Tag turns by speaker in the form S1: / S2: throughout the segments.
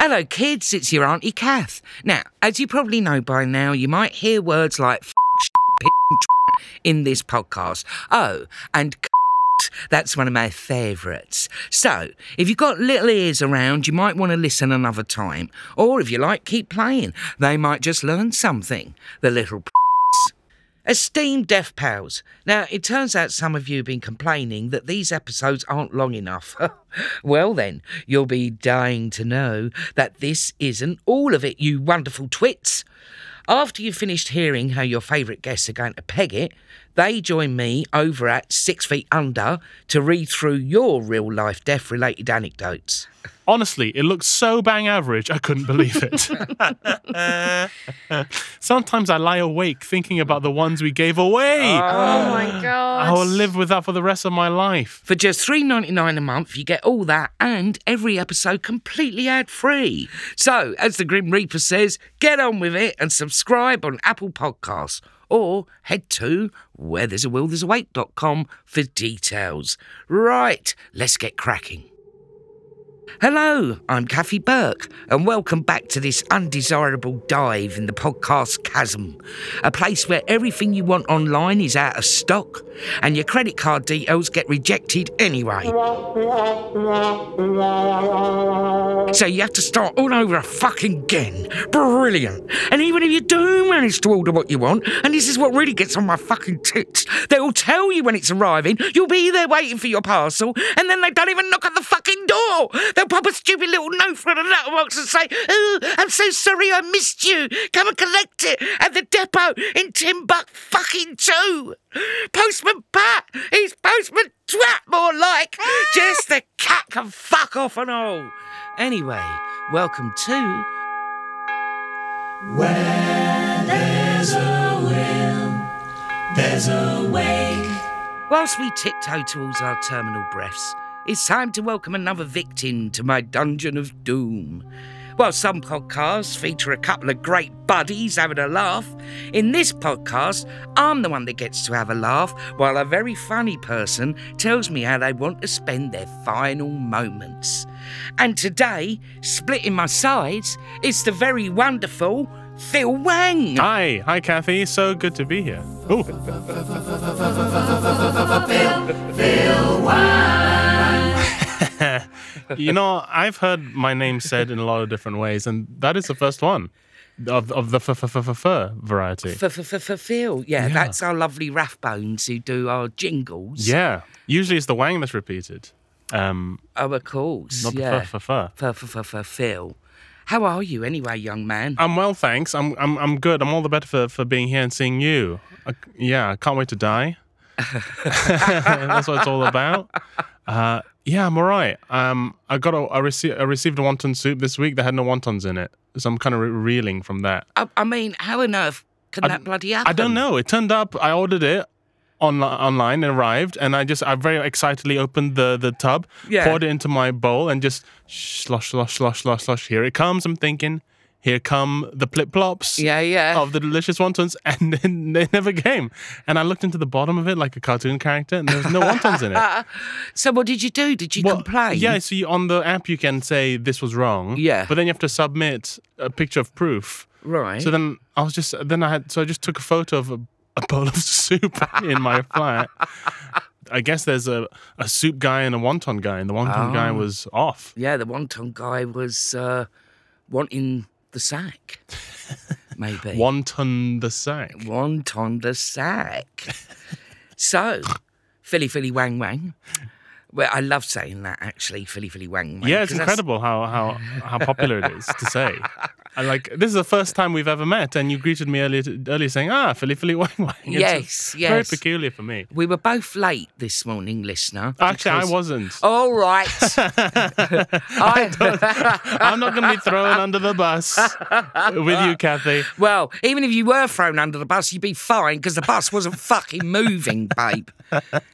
S1: Hello, kids. It's your Auntie Kath. Now, as you probably know by now, you might hear words like f- shit, piss, in this podcast. Oh, and c- that's one of my favourites. So, if you've got little ears around, you might want to listen another time. Or if you like, keep playing. They might just learn something, the little pricks. Esteemed Deaf Pals, now it turns out some of you have been complaining that these episodes aren't long enough. well, then, you'll be dying to know that this isn't all of it, you wonderful twits. After you've finished hearing how your favourite guests are going to peg it, they join me over at Six Feet Under to read through your real life deaf related anecdotes.
S2: Honestly, it looks so bang average, I couldn't believe it. Sometimes I lie awake thinking about the ones we gave away.
S3: Oh my god.
S2: I will live with that for the rest of my life.
S1: For just three ninety nine a month, you get all that and every episode completely ad free. So, as the Grim Reaper says, get on with it and subscribe on Apple Podcasts or head to where there's a will there's a wait.com for details. Right, let's get cracking. Hello, I'm Kathy Burke, and welcome back to this undesirable dive in the podcast chasm, a place where everything you want online is out of stock and your credit card details get rejected anyway. So you have to start all over a fucking again. Brilliant. And even if you do manage to order what you want, and this is what really gets on my fucking tits, they will tell you when it's arriving, you'll be there waiting for your parcel, and then they don't even knock at the fucking door. They'll pop a stupid little note from the letterbox and say, Oh, I'm so sorry I missed you. Come and collect it at the depot in Timbuk fucking 2. Postman Pat, he's Postman Twat more like. Just the cat can fuck off and all. Anyway, welcome to Whilst we tiptoe towards our terminal breaths, it's time to welcome another victim to my dungeon of doom. While some podcasts feature a couple of great buddies having a laugh, in this podcast, I'm the one that gets to have a laugh while a very funny person tells me how they want to spend their final moments. And today, splitting my sides, it's the very wonderful Phil Wang.
S2: Hi, hi, Kathy. So good to be here. Oh, you know, I've heard my name said in a lot of different ways, and that is the first one of, of the f- f- f- f- f- variety.
S1: for, for, for, for Phil. Yeah, that's our lovely Rathbones who do our jingles.
S2: Yeah. Usually it's the wang that's repeated. Um,
S1: Oh, of course.
S2: not
S1: yeah.
S2: the f- f- f-
S1: for, for, for, for Phil. How are you anyway, young man?
S2: I'm well, thanks. I'm I'm I'm good. I'm all the better for, for being here and seeing you. I, yeah, I can't wait to die. That's what it's all about. Uh, yeah, I'm all right. Um, I got a I, rece- I received a wonton soup this week that had no wontons in it, so I'm kind of re- reeling from that.
S1: I, I mean, how on earth can that bloody happen?
S2: I don't know. It turned up. I ordered it on- online and arrived, and I just I very excitedly opened the the tub,
S1: Yeah.
S2: poured it into my bowl, and just slosh slosh slosh slosh slosh. Here it comes. I'm thinking, here come the plip plops.
S1: Yeah, yeah.
S2: Of the delicious wontons, and then they never came. And I looked into the bottom of it like a cartoon character, and there was no wontons in it.
S1: So what did you do? Did you complain?
S2: Yeah, so you, on the app you can say this was wrong.
S1: Yeah.
S2: But then you have to submit a picture of proof.
S1: Right.
S2: So then I was just then I had so I just took a photo of a, a bowl of soup in my flat. I guess there's a, a soup guy and a wonton guy, and the wonton
S1: Oh.
S2: guy was off.
S1: yeah, the wonton guy was uh, wanting the sack, maybe.
S2: Wonton the sack.
S1: Wonton the sack. so, Philly Philly Wang Wang. Well, I love saying that actually, Philly Philly Wang Wang.
S2: Yeah, it's
S1: 'cause that's-
S2: incredible how, how how popular it is to say. I like this is the first time we've ever met, and you greeted me earlier, t- earlier saying, "Ah, Philly, Philly, Wang Wang."
S1: Yes,
S2: It's Very
S1: yes.
S2: peculiar for me.
S1: We were both late this morning, listener.
S2: Actually, I
S1: because- Oh.
S2: wasn't.
S1: All right. I,
S2: I'm not going to be thrown under the bus with you, Kathy.
S1: well, even if you were thrown under the bus, you'd be fine because the bus wasn't fucking moving, babe.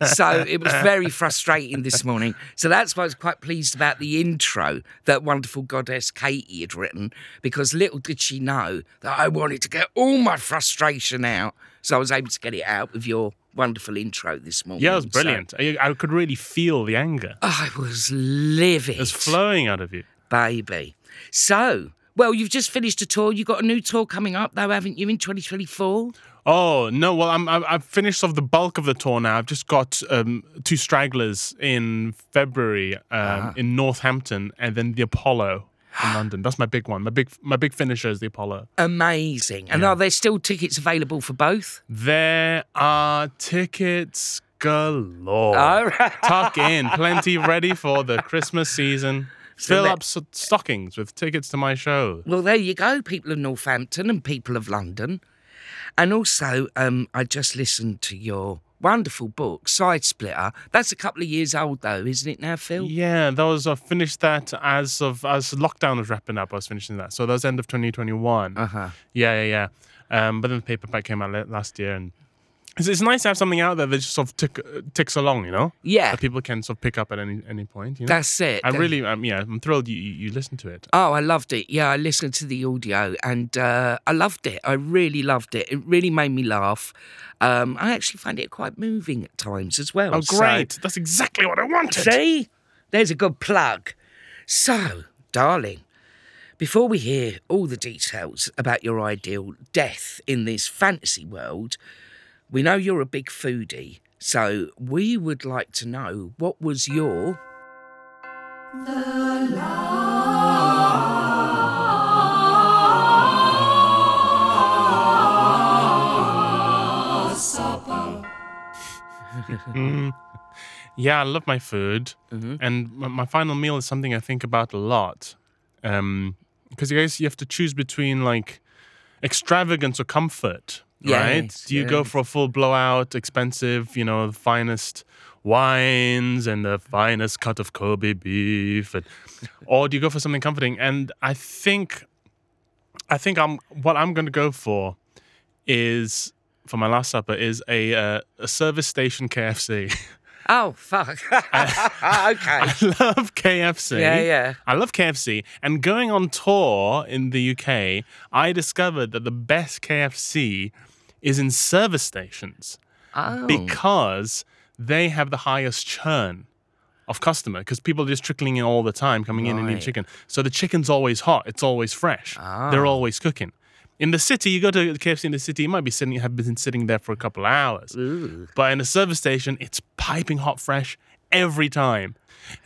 S1: So it was very frustrating this morning. So that's why I was quite pleased about the intro that wonderful goddess Katie had written because little did she know that I wanted to get all my frustration out. So I was able to get it out with your wonderful intro this morning.
S2: Yeah, it was
S1: So-
S2: brilliant. I, I could really feel the anger.
S1: I was livid.
S2: It was flowing out of you.
S1: baby. So, well, you've just finished a tour. You've got a new tour coming up, though, haven't you, in 2024?
S2: Oh no! Well, I'm I've- I've finished off the bulk of the tour now. I've just got um, two stragglers in February um, in Northampton, and then the Apollo in London. That's my big one. My big my big finisher is the Apollo.
S1: Amazing. And are there still tickets available for both?
S2: There are tickets galore.
S1: All right.
S2: Tuck in, plenty ready for the Christmas season. Fill
S1: let-
S2: up s- stockings with tickets to my show.
S1: Well, there you go, people of Northampton and people of London. And also, um, I just listened to your wonderful book, Side Splitter. That's a couple of years old, though, isn't it now, Phil?
S2: Yeah, that was I finished that as of as lockdown was wrapping up. I was finishing that, so that was end of 2021.
S1: Uh huh.
S2: Yeah, yeah, yeah. Um, but then the paperback came out la- last year, and it's, it's nice to have something out there that just sort of tick, ticks along, you know.
S1: Yeah.
S2: That people can sort of pick up at any any point. You know.
S1: That's it.
S2: I
S1: That-
S2: really, um, yeah, I'm thrilled you you, you listened to it.
S1: Oh, I loved it. Yeah, I listened to the audio and uh, I loved it. I really loved it. It really made me laugh. Um, I actually find it quite moving at times as well.
S2: Oh,
S1: So-
S2: great! That's exactly what I wanted.
S1: See? There's a good plug. So, darling, before we hear all the details about your ideal death in this fantasy world, we know you're a big foodie. So, we would like to know what was your
S2: Yeah, I love my food,
S1: Mm-hmm.
S2: and my, my final meal is something I think about a lot, because you guys you have to choose between like extravagance or comfort, right?
S1: Yes,
S2: Do you go
S1: yes.
S2: for a full blowout, expensive, you know, the finest wines and the finest cut of Kobe beef, and, or do you go for something comforting? And I think, I think I'm what I'm going to go for is for my last supper is a uh, a service station KFC.
S1: Oh, fuck. okay.
S2: I love KFC.
S1: Yeah, yeah.
S2: I love KFC. And going on tour in the UK, I discovered that the best KFC is in service stations
S1: Oh.
S2: because they have the highest churn of customer because people are just trickling in all the time, coming in and eating
S1: Right.
S2: chicken. So the chicken's always hot. It's always fresh. They're
S1: Ah.
S2: always cooking. In the city, you go to KFC in the city, you might be sitting, have been sitting there for a couple of hours. But in a service station, it's piping hot fresh every time.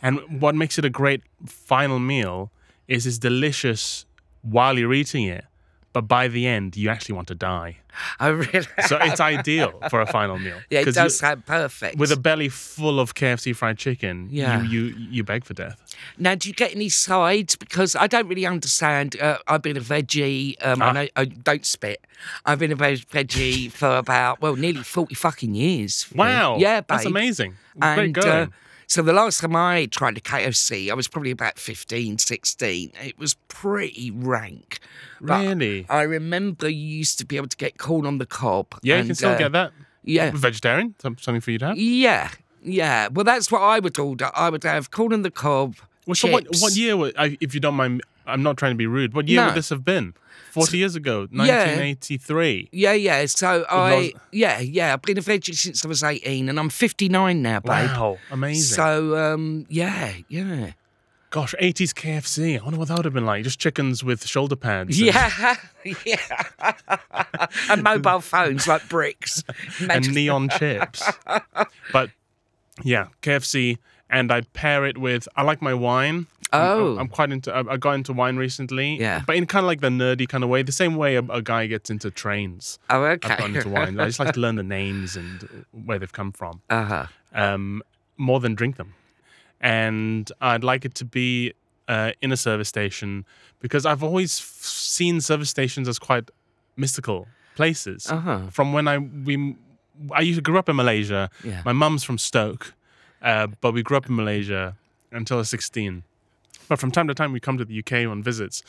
S2: And what makes it a great final meal is it's delicious while you're eating it. But by the end, you actually want to die.
S1: I really.
S2: So it's ideal for a final meal.
S1: yeah, it
S2: 'Cause you-
S1: does sound perfect.
S2: with a belly full of KFC fried chicken,
S1: Yeah.
S2: you, you you beg for death.
S1: now, do you get any sides? Because I don't really understand. Uh, I've been a veggie. Um,
S2: Ah.
S1: I, know, I don't spit. I've been a veg- veggie for about well, nearly forty fucking years. Phil.
S2: Wow,
S1: Yeah, babe.
S2: that's amazing. Great
S1: And, uh,
S2: going.
S1: so the last time I tried a KFC, I was probably about 15, 16. It was pretty rank. But
S2: Really?
S1: I remember you used to be able to get corn on the cob.
S2: yeah, you
S1: and,
S2: can still
S1: uh,
S2: get that.
S1: Yeah.
S2: Vegetarian, some- something for you to have.
S1: Yeah, yeah. Well, that's what I would order. I would have corn on the cob.
S2: Well,
S1: chips.
S2: so what, what year? wa- I if you don't mind, I'm not trying to be rude. What year
S1: No.
S2: would this have been? Forty years ago,
S1: Yeah.
S2: 1983.
S1: Yeah, yeah. So I,
S2: last-
S1: yeah, yeah. I've been a veggie since I was eighteen, and I'm fifty nine now, babe.
S2: Wow, amazing.
S1: So, um, yeah, yeah,
S2: Gosh, 80s KFC. I wonder what that would have been like. Just chickens with shoulder pads. and-
S1: yeah, yeah. and mobile phones like bricks.
S2: and neon chips. But yeah, KFC, and I pair it with. I like my wine. I'm- I'm-
S1: Oh.
S2: I'm, quite into. I, I got into wine recently.
S1: Yeah.
S2: but in kind of like the nerdy kind of way, the same way a, a guy gets into trains.
S1: Oh,
S2: I've gotten into
S1: okay.
S2: wine. I just like to learn the names and where they've come from,
S1: Uh huh.
S2: um, more than drink them. And I'd like it to be uh, in a service station because I've always f- seen service stations as quite mystical places.
S1: Uh-huh.
S2: From when I we I used to grew up in Malaysia.
S1: Yeah.
S2: My mum's from Stoke, uh, but we grew up in Malaysia until I was 16. But from time to time, we come to the UK on visits,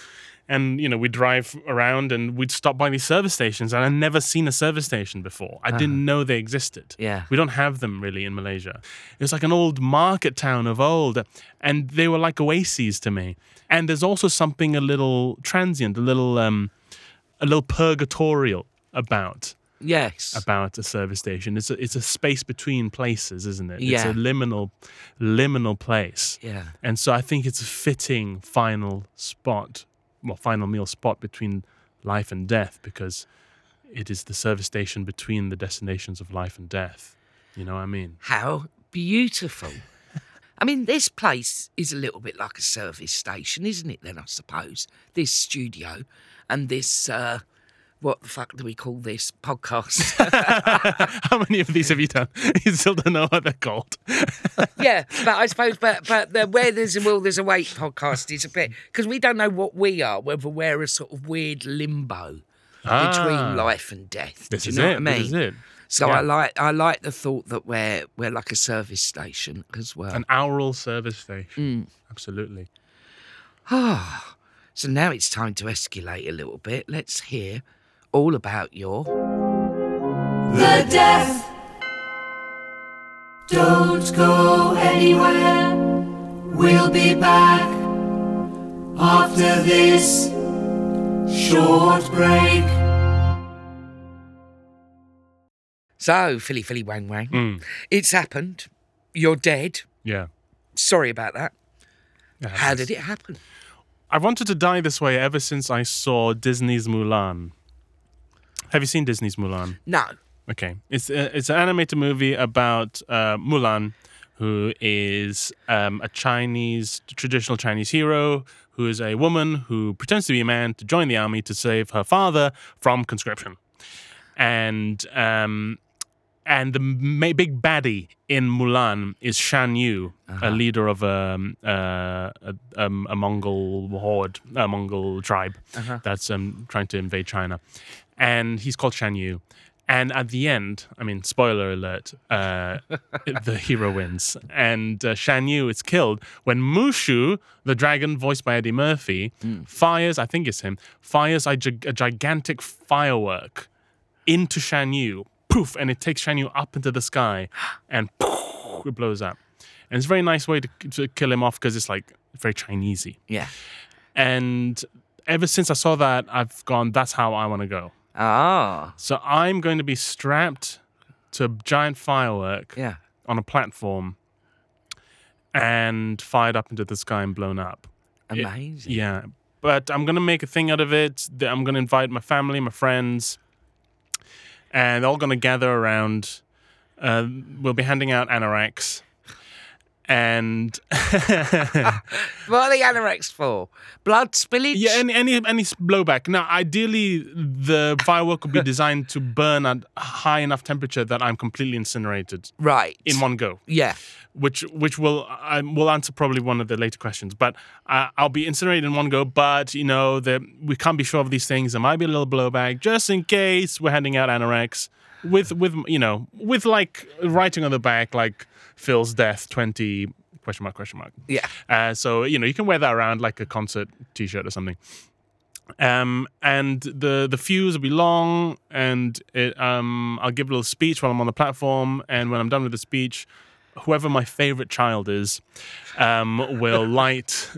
S2: and you know we drive around and we'd stop by these service stations, and I'd never seen a service station before. I didn't know they existed.
S1: Uh-huh. Yeah.
S2: we don't have them really in Malaysia. It was like an old market town of old, and they were like oases to me. And there's also something a little transient, a little, um, a little purgatorial about
S1: Yes.
S2: about a service station. It's a, it's a space between places, isn't it?
S1: Yeah.
S2: It's a liminal liminal place.
S1: Yeah.
S2: And so I think it's a fitting final spot, well, final meal spot between life and death because it is the service station between the destinations of life and death. You know what I mean?
S1: How beautiful. I mean, this place is a little bit like a service station, isn't it, then, I suppose? This studio and this, uh, what the fuck do we call this? Podcast.
S2: How many of these have you done? You still don't know what they're called.
S1: yeah, but I suppose, but, but the Where There's a Will, There's a Wait podcast is a bit, because we don't know what we are, whether we're a sort of weird limbo
S2: Ah.
S1: between life and death.
S2: This
S1: do you
S2: is
S1: know
S2: it.
S1: what I mean?
S2: This is it.
S1: So
S2: Yeah.
S1: I like I like the thought that we're we're like a service station as well.
S2: An aural service
S1: Mm.
S2: station. Absolutely.
S1: So now it's time to escalate a little bit. Let's hear all about your.
S3: The death. Don't go anywhere. We'll be back after this short break.
S1: So, Philly, Philly, Wang, Wang.
S2: Mm.
S1: It's happened. You're dead.
S2: Yeah.
S1: Sorry about that.
S2: Yeah,
S1: How did it happen?
S2: I wanted to die this way ever since I saw Disney's Mulan. Have you seen Disney's Mulan?
S1: No.
S2: Okay, it's a, it's an animated movie about uh, Mulan, who is um, a Chinese traditional Chinese hero who is a woman who pretends to be a man to join the army to save her father from conscription, and um, and the ma- big baddie in Mulan is Shan Yu, a leader of um, uh, a, um, a Mongol horde, a Mongol tribe that's um, trying to invade China. And he's called Shan Yu. And at the end, I mean, spoiler alert, uh, the hero wins. And uh, Shan Yu is killed when Mushu, the dragon voiced by Eddie Murphy, fires, I think it's him, fires a, gi- a gigantic firework into Shan Yu, poof, and it takes Shan Yu up into the sky, and poof, it blows up. And it's a very nice way to, to kill him off because it's like very Chinesey.
S1: Yeah.
S2: And ever since I saw that, I've gone, that's how I want to go.
S1: Ah.
S2: So I'm going to be strapped to a giant firework
S1: Yeah.
S2: on a platform and fired up into the sky and blown up.
S1: Amazing.
S2: Yeah. But I'm going to make a thing out of it. that I'm going to invite my family, my friends, and they're all going to gather around. Uh, we'll be handing out anoraks. And
S1: What are the anoraks for? Blood spillage?
S2: yeah, any, any any s- blowback. Now, ideally, the firework would be designed to burn at a high enough temperature that I'm completely incinerated
S1: right.
S2: in one go.
S1: yeah.
S2: which which will I will answer probably one of the later questions. But uh, I'll be incinerated in one go. But you know, the, we can't be sure of these things. There might be a little blowback, just in case we're handing out anoraks with with you know with like writing on the back like Phil's death twenty question mark question mark.
S1: Yeah.
S2: Uh, so you know you can wear that around like a concert T-shirt or something. Um, and the the fuse will be long, and it, um, I'll give a little speech while I'm on the platform, and when I'm done with the speech, whoever my favorite child is, um, will light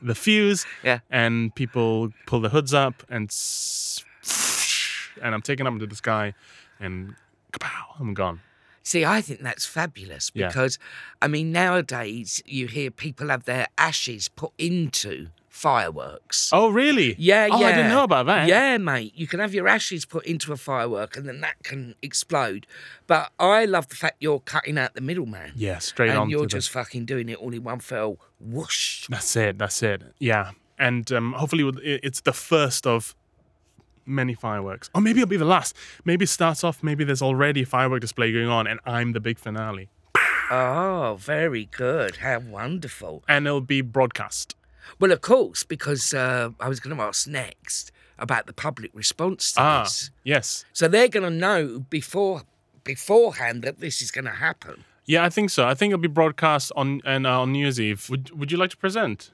S2: the fuse,
S1: Yeah.
S2: and people pull their hoods up, and s- and I'm taken up into the sky, and kapow, I'm gone.
S1: See, I think that's fabulous
S2: Yeah.
S1: because, I mean, nowadays you hear people have their ashes put into fireworks.
S2: Oh, really?
S1: Yeah,
S2: oh,
S1: yeah.
S2: I didn't know about that.
S1: Yeah, mate. You can have your ashes put into a firework and then that can explode. But I love the fact you're cutting out the middleman.
S2: yeah, straight on.
S1: And you're
S2: to the-
S1: just fucking doing it all in one fell whoosh.
S2: That's it. That's it. Yeah, and um, hopefully we'll- i- it's the first of many fireworks, or maybe it'll be the last. Maybe it starts off. Maybe there's already a firework display going on, and I'm the big finale,
S1: Oh, very good. How wonderful.
S2: and it'll be broadcast.
S1: Well, of course, because uh, I was going to ask next about the public response to
S2: Ah,
S1: this.
S2: yes.
S1: So they're going to know before beforehand that this is going to happen.
S2: Yeah, I think so. I think it'll be broadcast on and uh, on New Year's Eve. Would Would you like to present?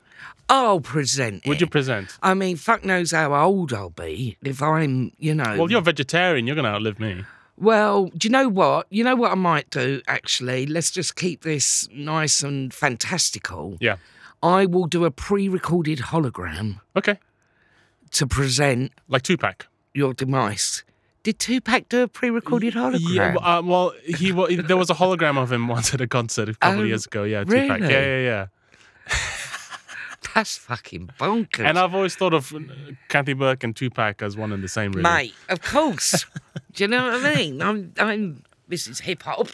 S1: I'll present
S2: Would
S1: it.
S2: you present?
S1: I mean, fuck knows how old I'll be if I'm, you know.
S2: Well, you're vegetarian. You're gonna outlive me.
S1: Well, do you know what? You know what I might do, actually? Let's just keep this nice and fantastical.
S2: Yeah.
S1: I will do a pre recorded hologram
S2: Okay.
S1: to present
S2: Like Tupac.
S1: your demise. Did Tupac do a pre recorded hologram?
S2: Yeah. well, Uh, well, he wa- there was a hologram of him once at a concert a couple
S1: Oh,
S2: of years ago. Yeah, Tupac. Yeah,
S1: really?
S2: yeah, yeah.
S1: That's fucking bonkers.
S2: And I've always thought of uh, Kathy Burke and Tupac as one and the same. Really.
S1: Mate, of course. do you know what I mean? I'm, I'm, this is hip hop.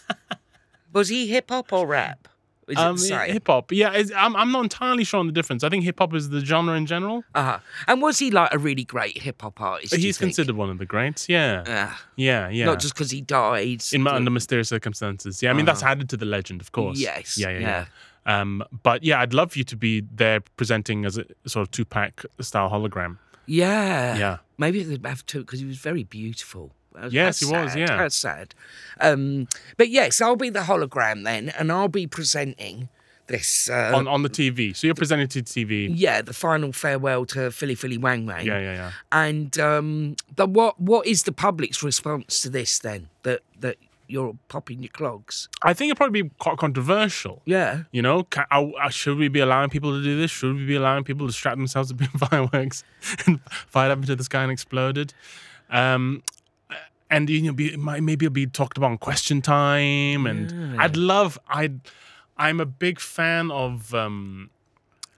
S1: Was he hip hop or rap? Is it
S2: Um,
S1: the same?
S2: hip hop. Yeah, it's, I'm, I'm not entirely sure on the difference. I think hip hop is the genre in general.
S1: uh-huh. And was he like a really great hip hop artist? do you
S2: He's
S1: think?
S2: considered one of the greats. Yeah.
S1: Ah.
S2: yeah, yeah.
S1: Not just because he died.
S2: in under mysterious circumstances. Yeah, I mean that's added to the legend, of course.
S1: Uh-huh. Yes,
S2: Yeah, yeah, yeah. Um, but yeah, I'd love you to be there presenting as a sort of two pack style hologram.
S1: yeah.
S2: Yeah.
S1: Maybe they'd have two because he was very beautiful. That was-
S2: Yes,
S1: that's
S2: he was,
S1: sad.
S2: yeah.
S1: That's sad. Um, but yes, I'll be the hologram then, and I'll be presenting this. Uh,
S2: on on the TV. So you're presenting to TV.
S1: yeah, the final farewell to Philly Philly Wang Wang.
S2: Yeah, yeah, yeah.
S1: And um, the, what what is the public's response to this then? That that you're popping your clogs.
S2: I think it'd probably be quite controversial.
S1: Yeah.
S2: You know, ca- uh, uh, should we be allowing people to do this? Should we be allowing people to strap themselves to big fireworks and fired up into the sky and exploded? Um, uh, and you know, be, it might, maybe it'll be talked about on Question Time. And I'd love, I'd, I'm a big fan of. Um,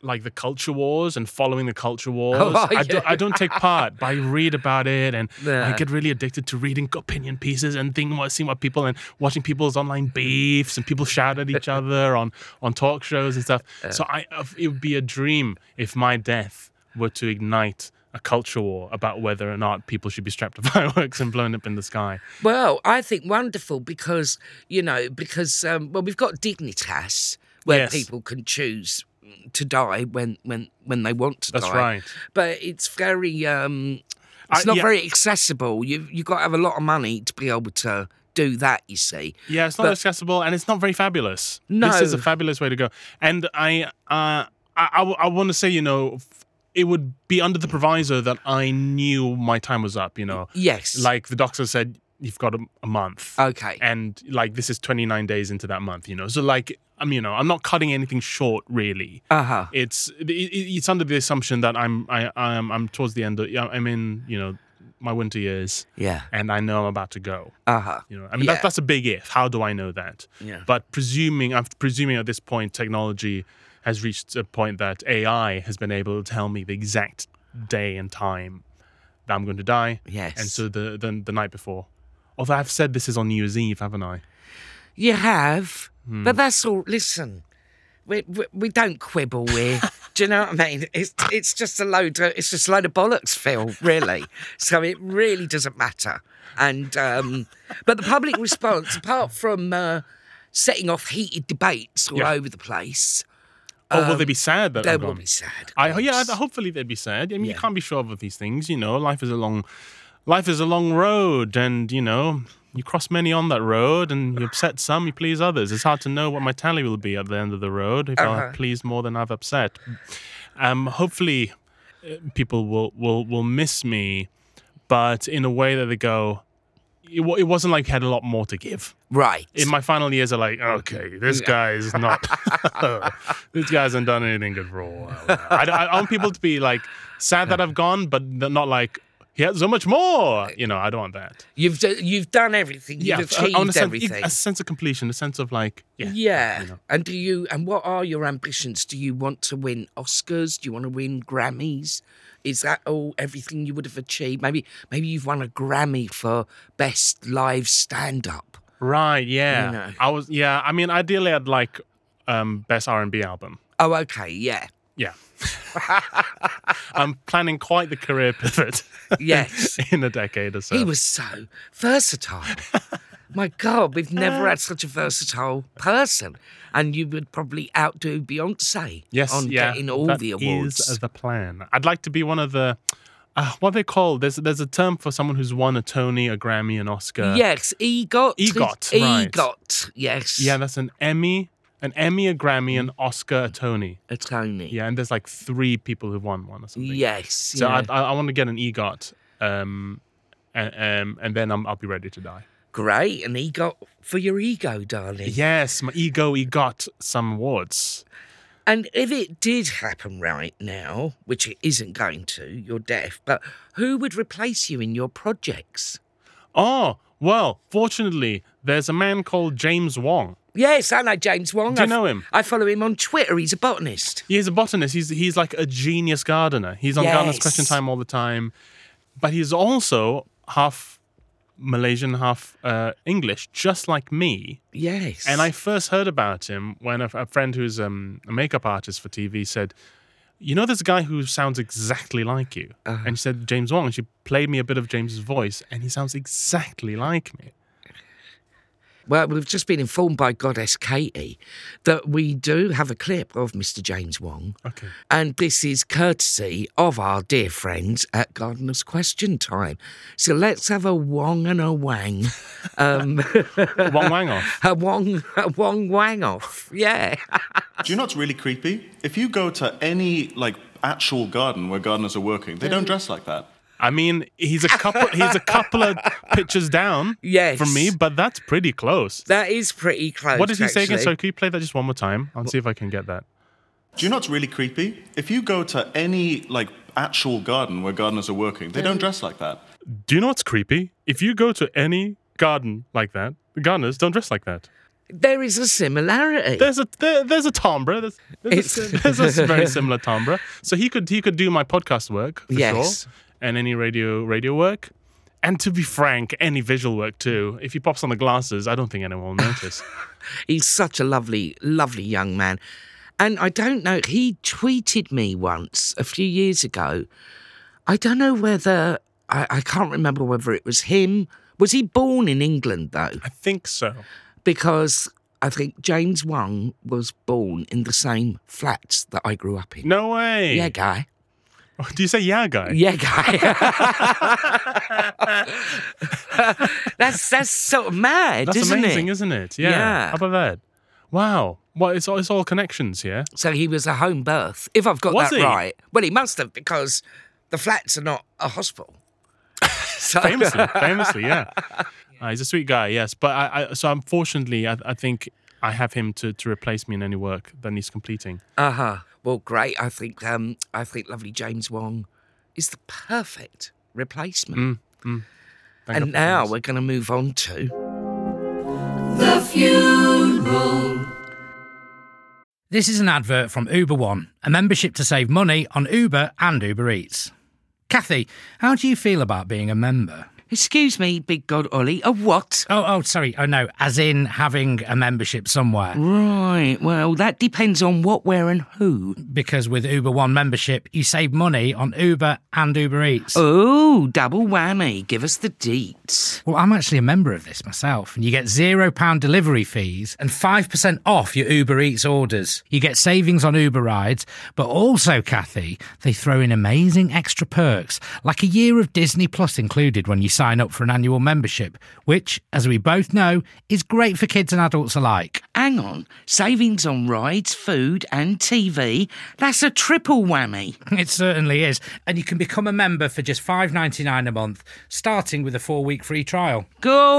S2: like the culture wars and following the culture wars.
S1: Oh,
S2: I, don't, I don't take part, but I read about it and I
S1: Yeah.
S2: get really addicted to reading opinion pieces and thinking what, seeing what people and watching people's online beefs and people shout at each other on on talk shows and stuff. so I, of- it would be a dream if my death were to ignite a culture war about whether or not people should be strapped to fireworks and blown up in the sky.
S1: Well, I think wonderful because you know because um, well we've got Dignitas where
S2: Yes.
S1: people can choose mm, to die when when when they want to
S2: That's
S1: die.
S2: right.
S1: But it's very um,
S2: I-
S1: it's not
S2: yeah.
S1: very accessible. You you got to have a lot of money to be able to do that. You see.
S2: Yeah, it's not
S1: But-
S2: accessible and it's not very fabulous. this
S1: No.
S2: is a fabulous way to go. And I, uh, I, want to say, you know, f- it would be under the proviso that I knew my time was up. You know,
S1: Yes.
S2: like the doctor said, you've got a, a month,
S1: okay.
S2: and like this is 29 days into that month. You know, so like I'm, you know, I'm not cutting anything short really.
S1: Uh huh.
S2: It's it, it- it's under the assumption that I'm I I'm, I'm towards the end. Of, yeah, I'm in you know my winter years,
S1: Yeah.
S2: and I know I'm about to go.
S1: Uh huh.
S2: You know, I mean
S1: Yeah.
S2: that, that's a big if. How do I know that?
S1: Yeah.
S2: But presuming, I'm presuming at this point, technology has reached a point that AI has been able to tell me the exact day and time that I'm going to die.
S1: Yes.
S2: And so the the, the night before. Although I've said this is on New Year's Eve, haven't I?
S1: You have,
S2: Hmm.
S1: but that's all. Listen, we we, we don't quibble. We, do you know what I mean? It's it's just a load of it's just a load of bollocks, Phil. Really. so it really doesn't matter. And um, but the public response, apart from uh, setting off heated debates all
S2: Yeah.
S1: over the place,
S2: Oh, will they be sad that
S1: they
S2: I'm
S1: Um, will
S2: gone?
S1: be sad. of
S2: I oh, yeah,
S1: course.
S2: hopefully they'd be sad. I mean, you
S1: Yeah.
S2: can't be sure of these things. You know, life is a long, life is a long road, and you know, you cross many on that road, and you upset some, you please others. It's hard to know what my tally will be at the end of the road if
S1: Uh-huh.
S2: I please more than I've upset. Um, hopefully, uh, people will will will miss me, but in a way that they go. It, wa- it wasn't like I had a lot more to give.
S1: right.
S2: In my final years, are like, okay, this guy is not, this guy hasn't done anything good for a while. now." I, I want people to be like sad that I've gone, but they're not like he had so much more. You know, I don't want that.
S1: you've do, you've done everything. You've achieved
S2: I want a sense,
S1: everything.
S2: a sense of completion, a sense of like, yeah,
S1: Yeah.
S2: you know.
S1: And do you and what are your ambitions? Do you want to win Oscars? Do you want to win Grammys? Is that all everything you would have achieved? Maybe maybe you've won a Grammy for best live stand up.
S2: right, yeah.
S1: know.
S2: I was, yeah. I mean, ideally, I'd like um, best R and B album.
S1: Oh okay, yeah.
S2: Yeah, I'm planning quite the career pivot
S1: Yes.
S2: in a decade or so.
S1: he was so versatile. My God, we've never had such a versatile person, and you would probably outdo Beyonce
S2: Yes,
S1: on
S2: yeah,
S1: getting all
S2: that
S1: the
S2: is
S1: awards.
S2: the plan. I'd like to be one of the. Uh, what are they called? There's there's a term for someone who's won a Tony, a Grammy, an Oscar.
S1: Yes, EGOT.
S2: EGOT, right.
S1: EGOT, yes.
S2: Yeah, that's an Emmy, an Emmy, a Grammy, an Oscar, a Tony.
S1: A Tony.
S2: Yeah, and there's like three people who've won one or something.
S1: Yes.
S2: So
S1: yeah.
S2: I'd- I, I want to get an EGOT, um, and, um, and then I'm, I'll be ready to die.
S1: Great, an EGOT for your ego, darling.
S2: Yes, my ego EGOT some awards.
S1: And if it did happen right now, which it isn't going to, you're deaf, but who would replace you in your projects?
S2: Oh well, fortunately, there's a man called James Wong.
S1: Yes, I know James Wong.
S2: Do you
S1: I f-
S2: know him?
S1: I follow him on Twitter. He's a botanist.
S2: He's a botanist. He's he's like a genius gardener. He's on Gardener's Question
S1: Yes.
S2: Time all the time, but he's also half Malaysian, half uh, English, just like me.
S1: Yes.
S2: And I first heard about him when a, a friend who's um, a makeup artist for TV said, "You know, there's a guy who sounds exactly like you."
S1: Uh-huh.
S2: And she said James Wong. And she played me a bit of James's voice, and he sounds exactly like me.
S1: Well, we've just been informed by Goddess Katie that we do have a clip of Mr. James Wong.
S2: Okay.
S1: And this is courtesy of our dear friends at Gardener's Question Time. So let's have a Wong and a Wang. Um,
S2: Wong Wang off.
S1: a Wong, a Wong Wang off. Yeah.
S4: Do you know what's really creepy? If you go to any like actual garden where gardeners are working, they don't dress like that.
S2: I mean, he's a couple. He's a couple of pictures down
S1: Yes.
S2: from me, but that's pretty close.
S1: That is pretty close.
S2: What did he say again?
S1: actually.
S2: So can you play that just one more time? I'll see if I can get that.
S4: Do you know what's really creepy? If you go to any like actual garden where gardeners are working, they don't dress like that.
S2: Do you know what's creepy? If you go to any garden like that, the gardeners don't dress like that.
S1: There is a similarity.
S2: There's a there, there's a timbre. There's, there's, a,
S1: It's-
S2: there's a very similar timbre. So he could he could do my podcast work for
S1: Yes.
S2: sure, and any radio radio work, and to be frank, any visual work too. If he pops on the glasses, I don't think anyone will notice.
S1: He's such a lovely, lovely young man. And I don't know, he tweeted me once a few years ago. I don't know whether, I, I can't remember whether it was him. Was he born in England though?
S2: I think so.
S1: Because I think James Wong was born in the same flats that I grew up in.
S2: No way.
S1: Yeah, guy.
S2: Do you say yeah, guy?
S1: Yeah, guy. that's that's so mad,
S2: That's
S1: isn't
S2: amazing,
S1: it?
S2: is isn't it? Yeah.
S1: Yeah.
S2: How about that? Wow. Well, it's all, it's all connections here.
S1: So he was a home birth, if I've got
S2: Was
S1: that
S2: he?
S1: right. Well, he must have because the flats are not a hospital. so,
S2: Famously, famously, yeah. Uh, he's a sweet guy, yes. But I, I so unfortunately, I, I think I have him to, to replace me in any work that needs completing.
S1: uh huh. Well, great. I think um, I think lovely James Wong is the perfect replacement.
S2: Thank
S1: and
S2: God Mm. for
S1: now
S2: this.
S1: we're going to move on to
S3: The funeral.
S5: This is an advert from Uber One, a membership to save money on Uber and Uber Eats. Kathy, how do you feel about being a member?
S1: excuse me, Big God Ollie. A what?
S5: Oh, oh, sorry. Oh, no, as in having a membership somewhere.
S1: Right. Well, that depends on what, where, and who.
S5: Because with Uber One membership, you save money on Uber and Uber Eats.
S1: Oh, double whammy. Give us the deets.
S5: Well, I'm actually a member of this myself, and you get £0 delivery fees and 5% off your Uber Eats orders. You get savings on Uber rides, but also, Kathy, they throw in amazing extra perks, like a year of Disney Plus included when you sign up for an annual membership, which, as we both know, is great for kids and adults alike.
S1: Hang on. Savings on rides, food, and TV. That's a triple whammy.
S5: It certainly is. And you can become a member for just $5.99 a month, starting with a four week free trial.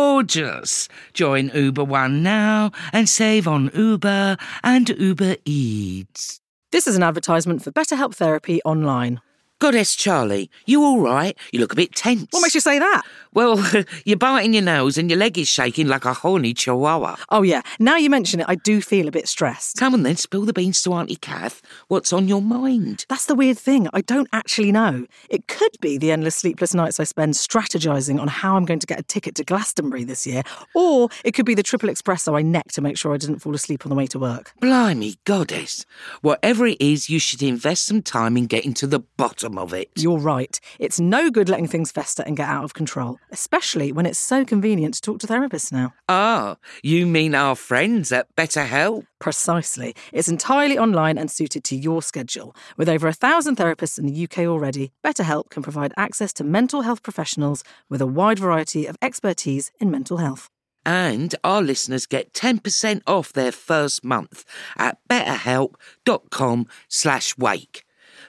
S1: Gorgeous. Join Uber One now and save on Uber and Uber Eats.
S6: This is an advertisement for BetterHelp Therapy Online.
S1: Goddess Charlie, you all right? You look a bit tense.
S6: What makes you say that?
S1: Well, you're biting your nails and your leg is shaking like a horny chihuahua.
S6: Oh, yeah. Now you mention it, I do feel a bit stressed.
S1: Come on then, spill the beans to Auntie Kath. What's on your mind?
S6: That's the weird thing. I don't actually know. It could be the endless sleepless nights I spend strategising on how I'm going to get a ticket to Glastonbury this year, or it could be the triple espresso I necked to make sure I didn't fall asleep on the way to work.
S1: Blimey, goddess. Whatever it is, you should invest some time in getting to the bottom bottom of it.
S6: You're right. It's no good letting things fester and get out of control, especially when it's so convenient to talk to therapists now.
S1: Ah, you mean our friends at BetterHelp?
S6: Precisely. It's entirely online and suited to your schedule. With over a thousand therapists in the UK already, BetterHelp can provide access to mental health professionals with a wide variety of expertise in mental health.
S1: And our listeners get 10% off their first month at betterhelp.com slash wake.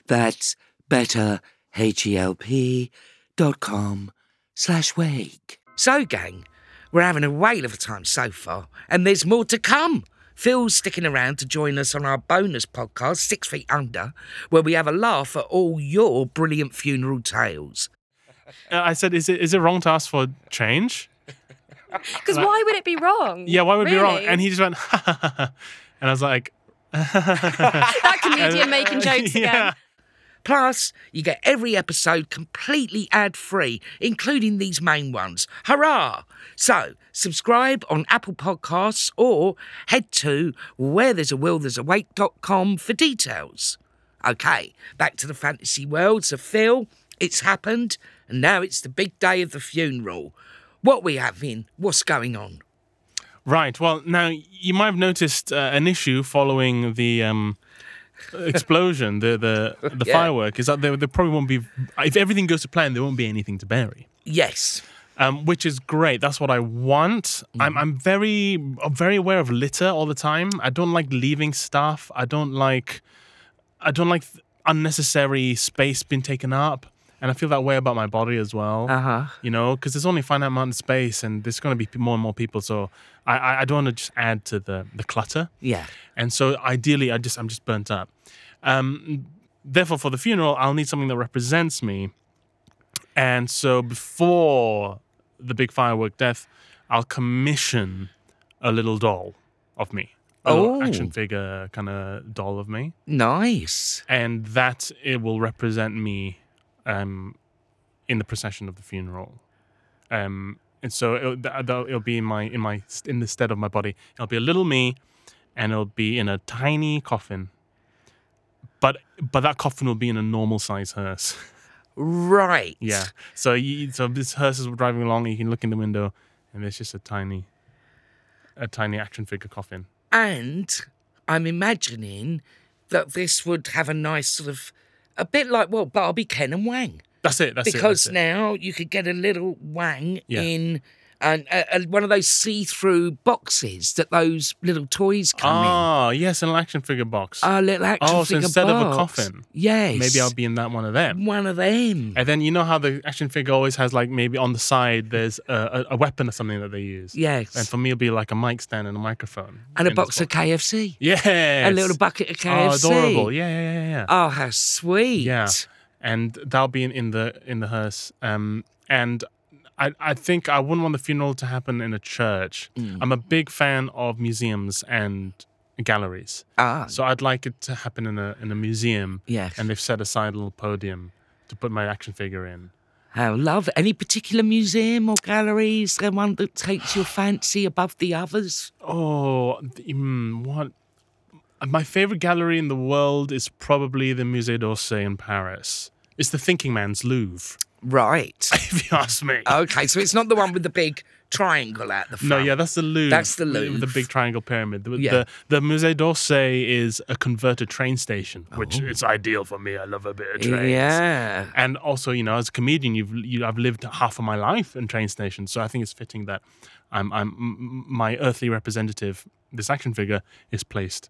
S1: That's betterhelp.com slash wake. So, gang, we're having a whale of a time so far, and there's more to come. Phil's sticking around to join us on our bonus podcast, Six Feet Under, where we have a laugh at all your brilliant funeral tales.
S2: Uh, I said, is it is it wrong to ask for change?
S7: Because why would it be wrong?
S2: Yeah, why would it
S7: really?
S2: be wrong? And he just went, and I was like,
S7: that comedian making jokes
S2: yeah.
S7: again.
S1: Plus, you get every episode completely ad free, including these main ones. Hurrah! So, subscribe on Apple Podcasts or head to where there's a will, there's a wait.com for details. Okay, back to the fantasy world. So, Phil, it's happened, and now it's the big day of the funeral. What we having? What's going on?
S2: Right. Well, now you might have noticed uh, an issue following the um, explosion, the the, the
S1: Yeah.
S2: firework, is that there, there probably won't be, if everything goes to plan, there won't be anything to bury.
S1: Yes.
S2: Um, which is great. That's what I want. I'm, I'm very I'm very aware of litter all the time. I don't like leaving stuff. I don't like I don't like unnecessary space being taken up. And I feel that way about my body as well.
S1: Uh-huh.
S2: You know, because there's only a finite amount of space, and there's going to be more and more people. So I, I, I don't want to just add to the the clutter.
S1: Yeah.
S2: And so ideally, I just I'm just burnt up. Um, therefore, for the funeral, I'll need something that represents me. And so before the big firework death, I'll commission a little doll of me, a little
S1: Oh.
S2: action figure kind of doll of me,
S1: Nice.
S2: and that it will represent me um, in the procession of the funeral. Um, and so it'll, th- th- it'll be in my in my in the stead of my body. It'll be a little me, and it'll be in a tiny coffin. But but that coffin will be in a normal size hearse.
S1: Right.
S2: Yeah. So you, so this hearse is driving along, and you can look in the window, and there's just a tiny, a tiny action figure coffin.
S1: And I'm imagining that this would have a nice sort of, a bit like, well, Barbie, Ken, and Wang.
S2: That's it. That's it.
S1: because
S2: that's it.
S1: now you could get a little Wang
S2: Yeah.
S1: in and uh, uh, one of those see through boxes that those little toys come in.
S2: Ah, yes, an action figure box.
S1: A little action
S2: Oh, so
S1: figure
S2: instead of a
S1: box.
S2: coffin,
S1: Yes.
S2: Maybe I'll be in that one of them.
S1: one of them.
S2: And then you know how the action figure always has like maybe on the side there's a, a, a weapon or something that they use.
S1: Yes.
S2: And for me it'll be like a mic stand and a microphone.
S1: And a
S2: in this
S1: box of
S2: box.
S1: KFC.
S2: Yes.
S1: A little bucket of
S2: Oh,
S1: KFC.
S2: adorable. Yeah, yeah, yeah, yeah.
S1: Oh, how sweet.
S2: Yeah, and that'll be in, in the in the hearse. Um, and I I think I wouldn't want the funeral to happen in a church.
S1: Mm.
S2: I'm a big fan of museums and galleries,
S1: Ah,
S2: so I'd like it to happen in a in a museum.
S1: Yes.
S2: and they've set aside a little podium to put my action figure in.
S1: how lovely. Any particular museum or gallery? Is there one that takes your fancy above the others?
S2: Oh, th- mm, what? My favorite gallery in the world is probably the Musée d'Orsay in Paris. It's the Thinking Man's Louvre,
S1: Right.
S2: if you ask me.
S1: okay, so it's not the one with the big triangle at the front.
S2: No, yeah, that's the Louvre.
S1: That's the
S2: with- with The
S1: Louvre.
S2: big triangle pyramid. The,
S1: Yeah.
S2: the, the Musée d'Orsay is a converted train station, which is ideal for me. I love a bit of trains.
S1: Oh. Yeah.
S2: And also, you know, as a comedian, you've you, I've lived half of my life in train stations, so I think it's fitting that I'm I'm m- my earthly representative, this action figure, is placed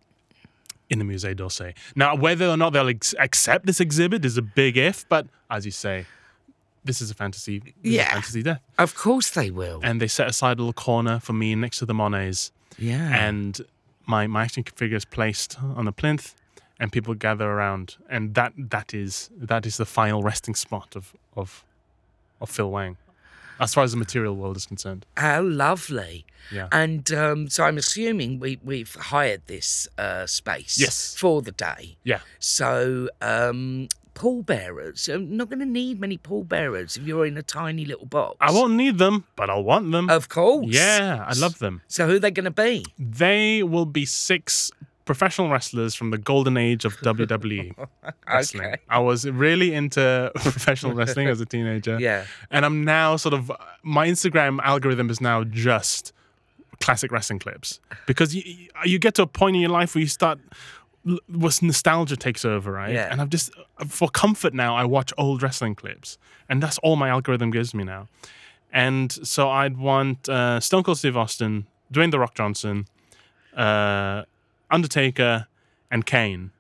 S2: in the Musée d'Orsay. Now, whether or not they'll ex- accept this exhibit is a big if, but as you say, this is a fantasy. this is a
S1: Yeah.
S2: fantasy death.
S1: Of course they will.
S2: And they set aside a little corner for me next to the Monets,
S1: yeah.
S2: and my my action figure is placed on the plinth. And people gather around, and that that is that is the final resting spot of of of Phil Wang, as far as the material world is concerned.
S1: How lovely.
S2: Yeah.
S1: And um, so I'm assuming we, we've hired this uh, space
S2: Yes.
S1: for the day.
S2: Yeah.
S1: So um, pallbearers. You're not going to need many pallbearers if you're in a tiny little box.
S2: I won't need them, but I'll want them.
S1: Of course.
S2: yeah, I love them.
S1: So who are they going to be?
S2: They will be six professional wrestlers from the golden age of WWE wrestling.
S1: Okay.
S2: I was really into professional wrestling as a teenager.
S1: Yeah.
S2: And I'm now sort of my Instagram algorithm is now just classic wrestling clips because you you get to a point in your life where you start was nostalgia takes over, right?
S1: Yeah.
S2: And I've just for comfort now I watch old wrestling clips, and that's all my algorithm gives me now. And so I'd want uh, Stone Cold Steve Austin, Dwayne the Rock Johnson, uh, Undertaker, and Kane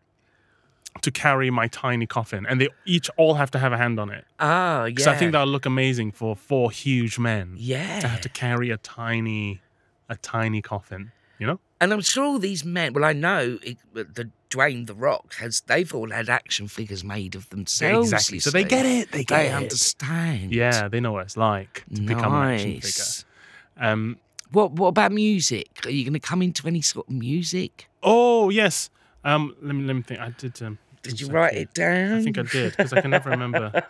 S2: to carry my tiny coffin, and they each all have to have a hand on it.
S1: Oh, yeah.
S2: Because I think that'll look amazing for four huge men. To
S1: Yeah.
S2: have to carry a tiny, a tiny coffin. You know?
S1: And I'm sure all these men. Well, I know it, the Dwayne the Rock has. They've all had action figures made of themselves.
S2: Exactly.
S1: you
S2: So they
S1: see.
S2: get it. They get
S1: they
S2: it.
S1: understand.
S2: Yeah, they know what it's like to become an action figure.
S1: Nice.
S2: Um,
S1: What What about music? Are you going to come into any sort of music?
S2: oh yes. Um, let me let me think. I did. Um,
S1: Did you write it down?
S2: I think I did because I can never remember.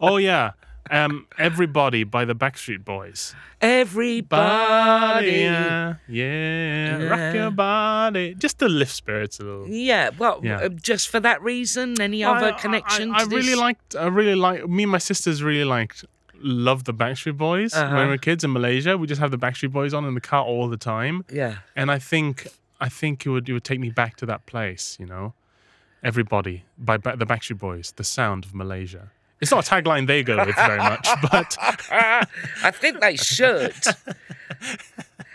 S2: Oh yeah. Um, everybody by the Backstreet Boys.
S1: Everybody. Yeah.
S2: yeah, yeah, rock your body. Just to lift spirits a little.
S1: well,
S2: Yeah.
S1: uh, just for that reason. Any
S2: I-
S1: other
S2: I-
S1: connection?
S2: I, I
S1: to
S2: really
S1: this?
S2: liked. I really like. Me and my sisters really liked. Loved the Backstreet Boys
S1: Uh-huh.
S2: when we were kids in Malaysia. We just have the Backstreet Boys on in the car all the time,
S1: Yeah.
S2: and I think I think it would it would take me back to that place. You know, everybody by ba- the Backstreet Boys, the sound of Malaysia. It's not a tagline they go with very much, but
S1: I think they should.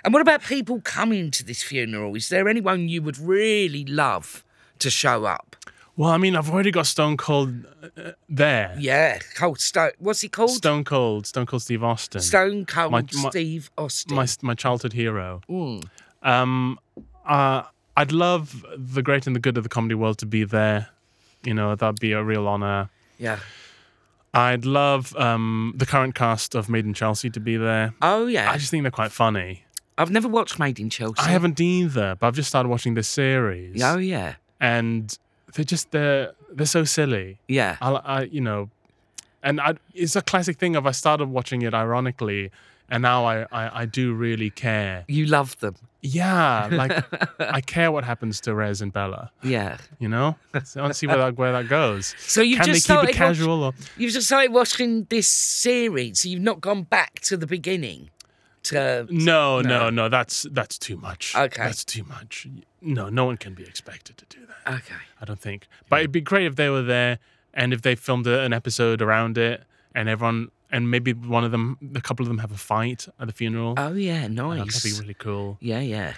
S1: and what about people coming to this funeral? Is there anyone you would really love to show up?
S2: well, I mean, I've already got Stone Cold uh, there.
S1: Yeah, Cold Stone. What's he called?
S2: Stone Cold, Stone Cold Steve Austin.
S1: Stone Cold
S2: My- my-
S1: Steve Austin. Mm.
S2: my my childhood hero. Um, uh, I'd love the great and the good of the comedy world to be there. You know, that'd be a real honor.
S1: yeah.
S2: I'd love um, the current cast of Made in Chelsea to be there.
S1: Oh yeah.
S2: I just think they're quite funny.
S1: I've never watched Made in Chelsea.
S2: I haven't either, but I've just started watching this series,
S1: Oh yeah.
S2: and they're just they're they're so silly.
S1: Yeah.
S2: I, I you know, and I, it's a classic thing of I started watching it ironically, and now I I, I do really care.
S1: you love them.
S2: Yeah, like I care what happens to Rez and Bella.
S1: Yeah.
S2: You know, so I want to see where that where that goes.
S1: So you
S2: can
S1: just
S2: they keep
S1: started
S2: it casual? Or,
S1: You've just started watching this series, so you've not gone back to the beginning. To
S2: no, no, no. That's that's too much.
S1: Okay.
S2: that's too much. No, no one can be expected to do that.
S1: okay.
S2: I don't think. But it'd be great if they were there and if they filmed a, an episode around it, and everyone and maybe one of them, a couple of them, have a fight at the funeral.
S1: Oh yeah.
S2: That'd be
S1: Nice.
S2: really cool.
S1: Yeah. Yeah.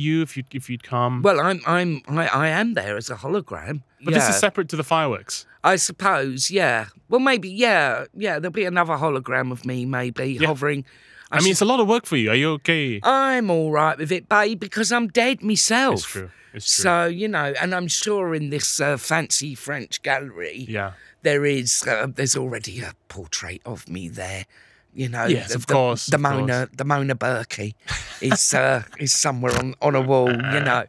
S2: You, if you if you'd come.
S1: Well, I'm I'm I, I am there as a hologram.
S2: but
S1: yeah.
S2: this is separate to the fireworks.
S1: I suppose, yeah. Well, maybe, yeah, yeah. There'll be another hologram of me, maybe hovering.
S2: I, mean, it's a lot of work for you. Are you okay?
S1: I'm all right with it, babe, because I'm dead myself.
S2: It's true. It's true.
S1: Oh, So you know, and I'm sure in this uh, fancy French gallery,
S2: yeah.
S1: there is uh, there's already a portrait of me there. You know,
S2: Yes, of
S1: the,
S2: course,
S1: The
S2: of
S1: Mona,
S2: course.
S1: the Mona Berkey, is uh, is somewhere on on a wall. You know,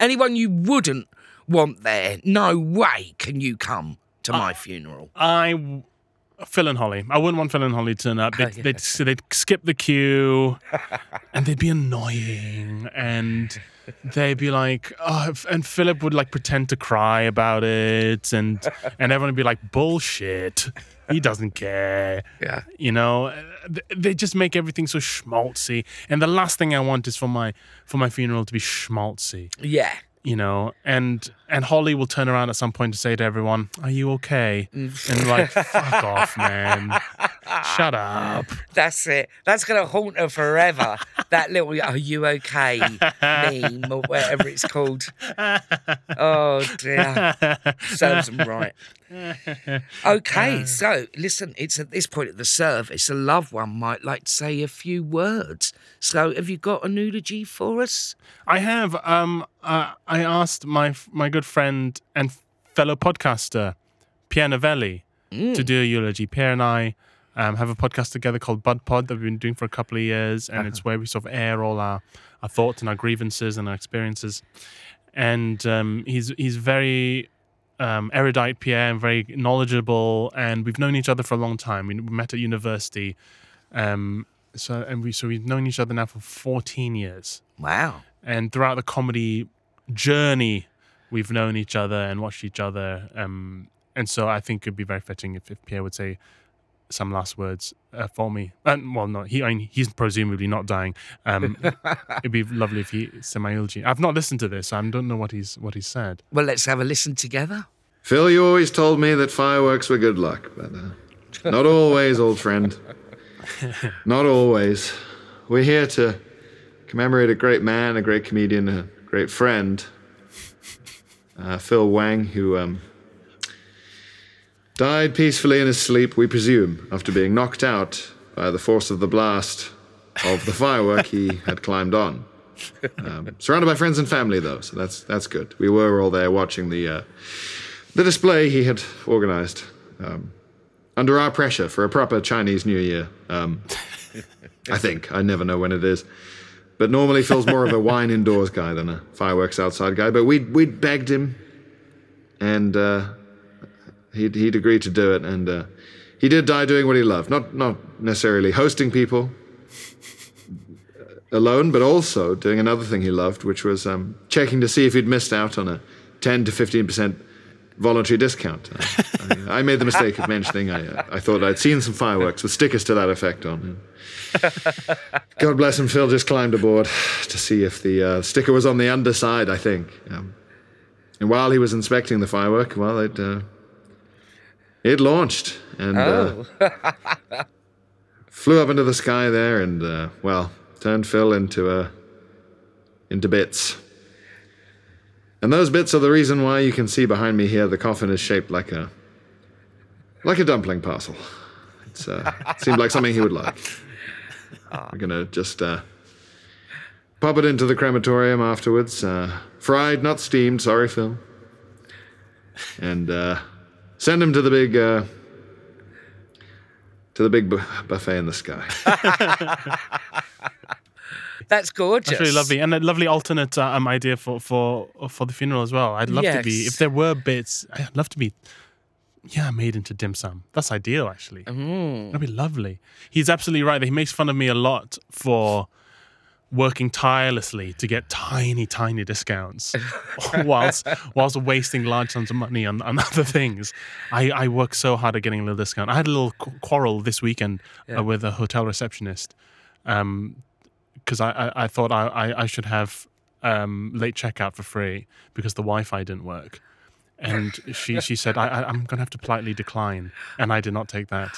S1: anyone you wouldn't want there, no way can you come to
S2: Ah.
S1: my funeral.
S2: I w- Phil and Holly. I wouldn't want Phil and Holly to turn up. They'd,
S1: yeah,
S2: they'd, so they'd skip the queue, and they'd be annoying, and they'd be like, oh, f- and Philip would like pretend to cry about it, and and everyone would be like, bullshit. He doesn't care.
S1: Yeah.
S2: You know, Uh, th- they just make everything so schmaltzy. And the last thing I want is for my for my funeral to be schmaltzy
S1: Yeah.
S2: you know, and and Holly will turn around at some point to say to everyone, "Are you okay?" and like, "Fuck off, man! Shut up!"
S1: That's it. That's gonna haunt her forever. that little "Are you okay?" meme or whatever it's called. Oh dear, serves them right.
S2: Uh.
S1: Okay, so listen. It's at this point of the service, a loved one might like to say a few words. So, have you got an eulogy for us?
S2: I have. Um, uh, I asked my my good friend and fellow podcaster Pierre Novelli to do a eulogy. Pierre and I um, have a podcast together called Bud Pod that we've been doing for a couple of years, and it's where we sort of air all our, our thoughts and our grievances and our experiences. And um, he's he's very um, erudite, Pierre, and very knowledgeable, and we've known each other for a long time. We we met at university. Um, so and we so we've known each other now for 14 years
S1: Wow.
S2: and throughout the comedy journey, we've known each other and watched each other. Um, and so I think it'd be very fitting if, if Pierre would say some last words uh, for me. And well, not he. I mean, he's presumably not dying. Um, it'd be lovely if he said my eulogy. I've not listened to this. so I don't know what he's what he said.
S1: Well, let's have a listen together.
S8: Phil, you always told me that fireworks were good luck, but uh, not always, old friend. Not always. We're here to commemorate a great man, a great comedian, a great friend, uh, Phil Wang, who um, died peacefully in his sleep, we presume, after being knocked out by the force of the blast of the firework he had climbed on. Um, surrounded by friends and family, though, so that's that's good. We were all there watching the uh, the display he had organised um, under our pressure for a proper Chinese New Year. Um, I think I never know when it is. But normally Phil's more of a wine indoors guy than a fireworks outside guy. But we we begged him, and uh, he'd he'd agreed to do it, and uh, he did die doing what he loved. Not not necessarily hosting people uh, alone, but also doing another thing he loved, which was um, checking to see if he'd missed out on a ten to fifteen percent voluntary discount. I, I, I made the mistake of mentioning I, uh, I thought I'd seen some fireworks with stickers to that effect on. God bless him, Phil just climbed aboard to see if the uh, sticker was on the underside, I think. Um, and while he was inspecting the firework, well, it uh, it launched and uh, flew up into the sky there, and uh, well, turned Phil into uh, into bits. And those bits are the reason why you can see behind me here the coffin is shaped like a like a dumpling parcel. It's, uh, seemed like something he would like. We're gonna just uh, pop it into the crematorium afterwards, uh, fried, not steamed. Sorry, Phil. And uh, send him to the big uh, to the big bu- buffet in the sky.
S1: That's gorgeous.
S2: That's really lovely, and a lovely alternate uh, um, idea for for for the funeral as well. I'd love to be
S1: Yes.
S2: if there were bits. I'd love to be, yeah, made into dim sum. That's ideal, actually. That'd be lovely. He's absolutely right. That he makes fun of me a lot for working tirelessly to get tiny, tiny discounts, whilst whilst wasting large sums of money on, on other things. I I work so hard at getting a little discount. I had a little qu- quarrel this weekend uh, with a hotel receptionist. Um, because I, I, I thought I, I, I should have um, late checkout for free because the Wi-Fi didn't work. And she, she said, I, I, I'm going to have to politely decline. And I did not take that.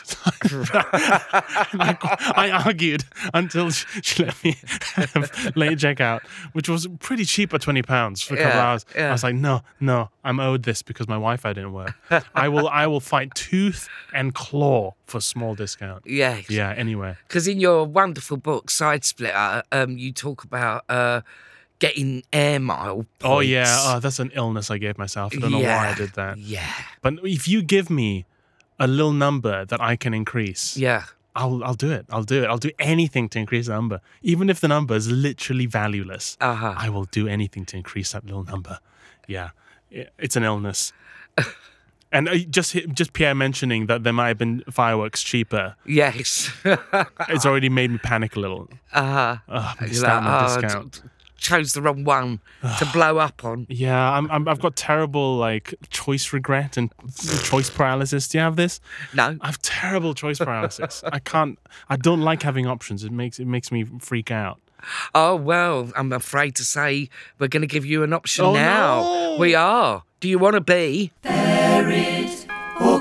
S2: I, I argued until she, she let me have late checkout, which was pretty cheap at £20 for a couple
S1: Yeah,
S2: hours. I
S1: yeah.
S2: was like, no, no, I'm owed this because my Wi-Fi didn't work. I will, I will fight tooth and claw for small discount.
S1: Yes.
S2: Yeah, anyway.
S1: Because in your wonderful book, Side Splitter, um, you talk about uh, getting air mile. Points.
S2: Oh yeah, oh, that's an illness I gave myself. I don't know why I did that.
S1: Yeah.
S2: But if you give me a little number that I can increase,
S1: Yeah.
S2: I'll I'll do it. I'll do it. I'll do anything to increase the number, even if the number is literally valueless.
S1: Uh-huh.
S2: I will do anything to increase that little number. Yeah, I- it's an illness. and uh, just just Pierre mentioning that there might have been fireworks cheaper,
S1: Yes.
S2: it's already made me panic a little.
S1: uh,
S2: Ugh,
S1: you're
S2: missed
S1: like,
S2: out on a
S1: "Oh, d-
S2: discount.
S1: d- chose the wrong one to blow up on.
S2: Yeah, I'm, I'm, I've got terrible like choice regret and choice paralysis. Do you have this?
S1: No.
S2: I have terrible choice paralysis. I can't. I don't like having options. It makes it makes me freak out.
S1: Oh well, I'm afraid to say we're going to give you an option
S2: Oh,
S1: now.
S2: no.
S1: We are. Do you want to be?
S3: Buried or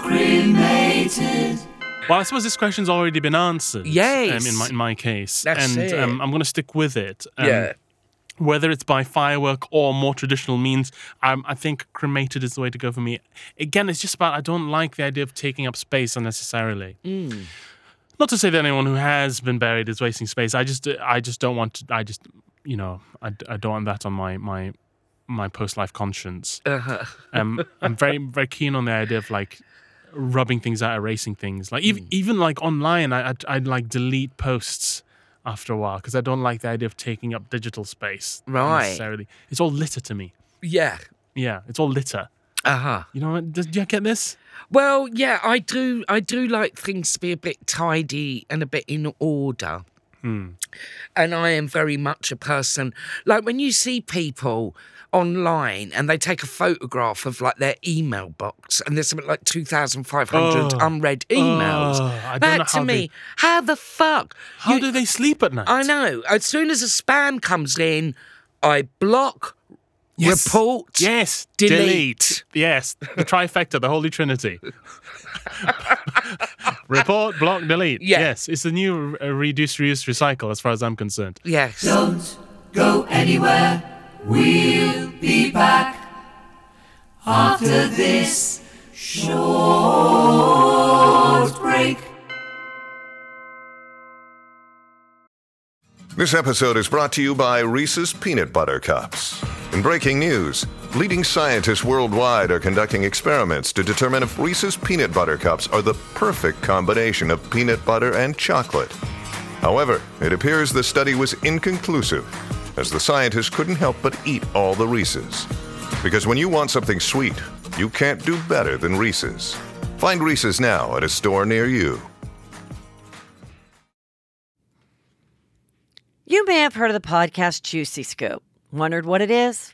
S3: cremated.
S2: Well, I suppose this question's already been answered.
S1: Yes.
S2: Um, in my in my case,
S1: That's
S2: and
S1: it.
S2: Um, I'm going to stick with it. Um, Whether it's by firework or more traditional means, um, I think cremated is the way to go for me. Again, it's just about I don't like the idea of taking up space unnecessarily. Not to say that anyone who has been buried is wasting space. I just, uh, I just don't want to. I just, you know, I, I don't want that on my my my post life conscience.
S1: Uh-huh.
S2: um, I'm very very keen on the idea of like rubbing things out, erasing things. Like
S1: Hmm.
S2: even even like online, I I'd, I'd like delete posts after a while because I don't like the idea of taking up digital space
S1: Right.
S2: necessarily. It's all litter to me.
S1: Yeah.
S2: Yeah, it's all litter.
S1: Uh huh.
S2: You know, what? does do you get this?
S1: Well, yeah, I do. I do like things to be a bit tidy and a bit in order.
S2: Hmm.
S1: And I am very much a person, like when you see people online and they take a photograph of like their email box and there's something like 2,500 unread emails.
S2: Oh, I don't know
S1: that to
S2: how
S1: me,
S2: they-
S1: how the fuck?
S2: How
S1: you-
S2: do they sleep at night?
S1: I know. As soon as a spam comes in, I block,
S2: Yes.
S1: report,
S2: Yes.
S1: delete.
S2: Yes. The trifecta, the holy trinity. Report, block, delete.
S1: Yeah.
S2: Yes. It's the new uh, reduce, reuse, recycle, as far as I'm concerned.
S1: Yes.
S3: Don't go anywhere. We'll be back after this short break.
S9: This episode is brought to you by Reese's Peanut Butter Cups. In breaking news, leading scientists worldwide are conducting experiments to determine if Reese's Peanut Butter Cups are the perfect combination of peanut butter and chocolate. However, it appears the study was inconclusive, as the scientists couldn't help but eat all the Reese's. Because when you want something sweet, you can't do better than Reese's. Find Reese's now at a store near you.
S10: You may have heard of the podcast Juicy Scoop. Wondered what it is?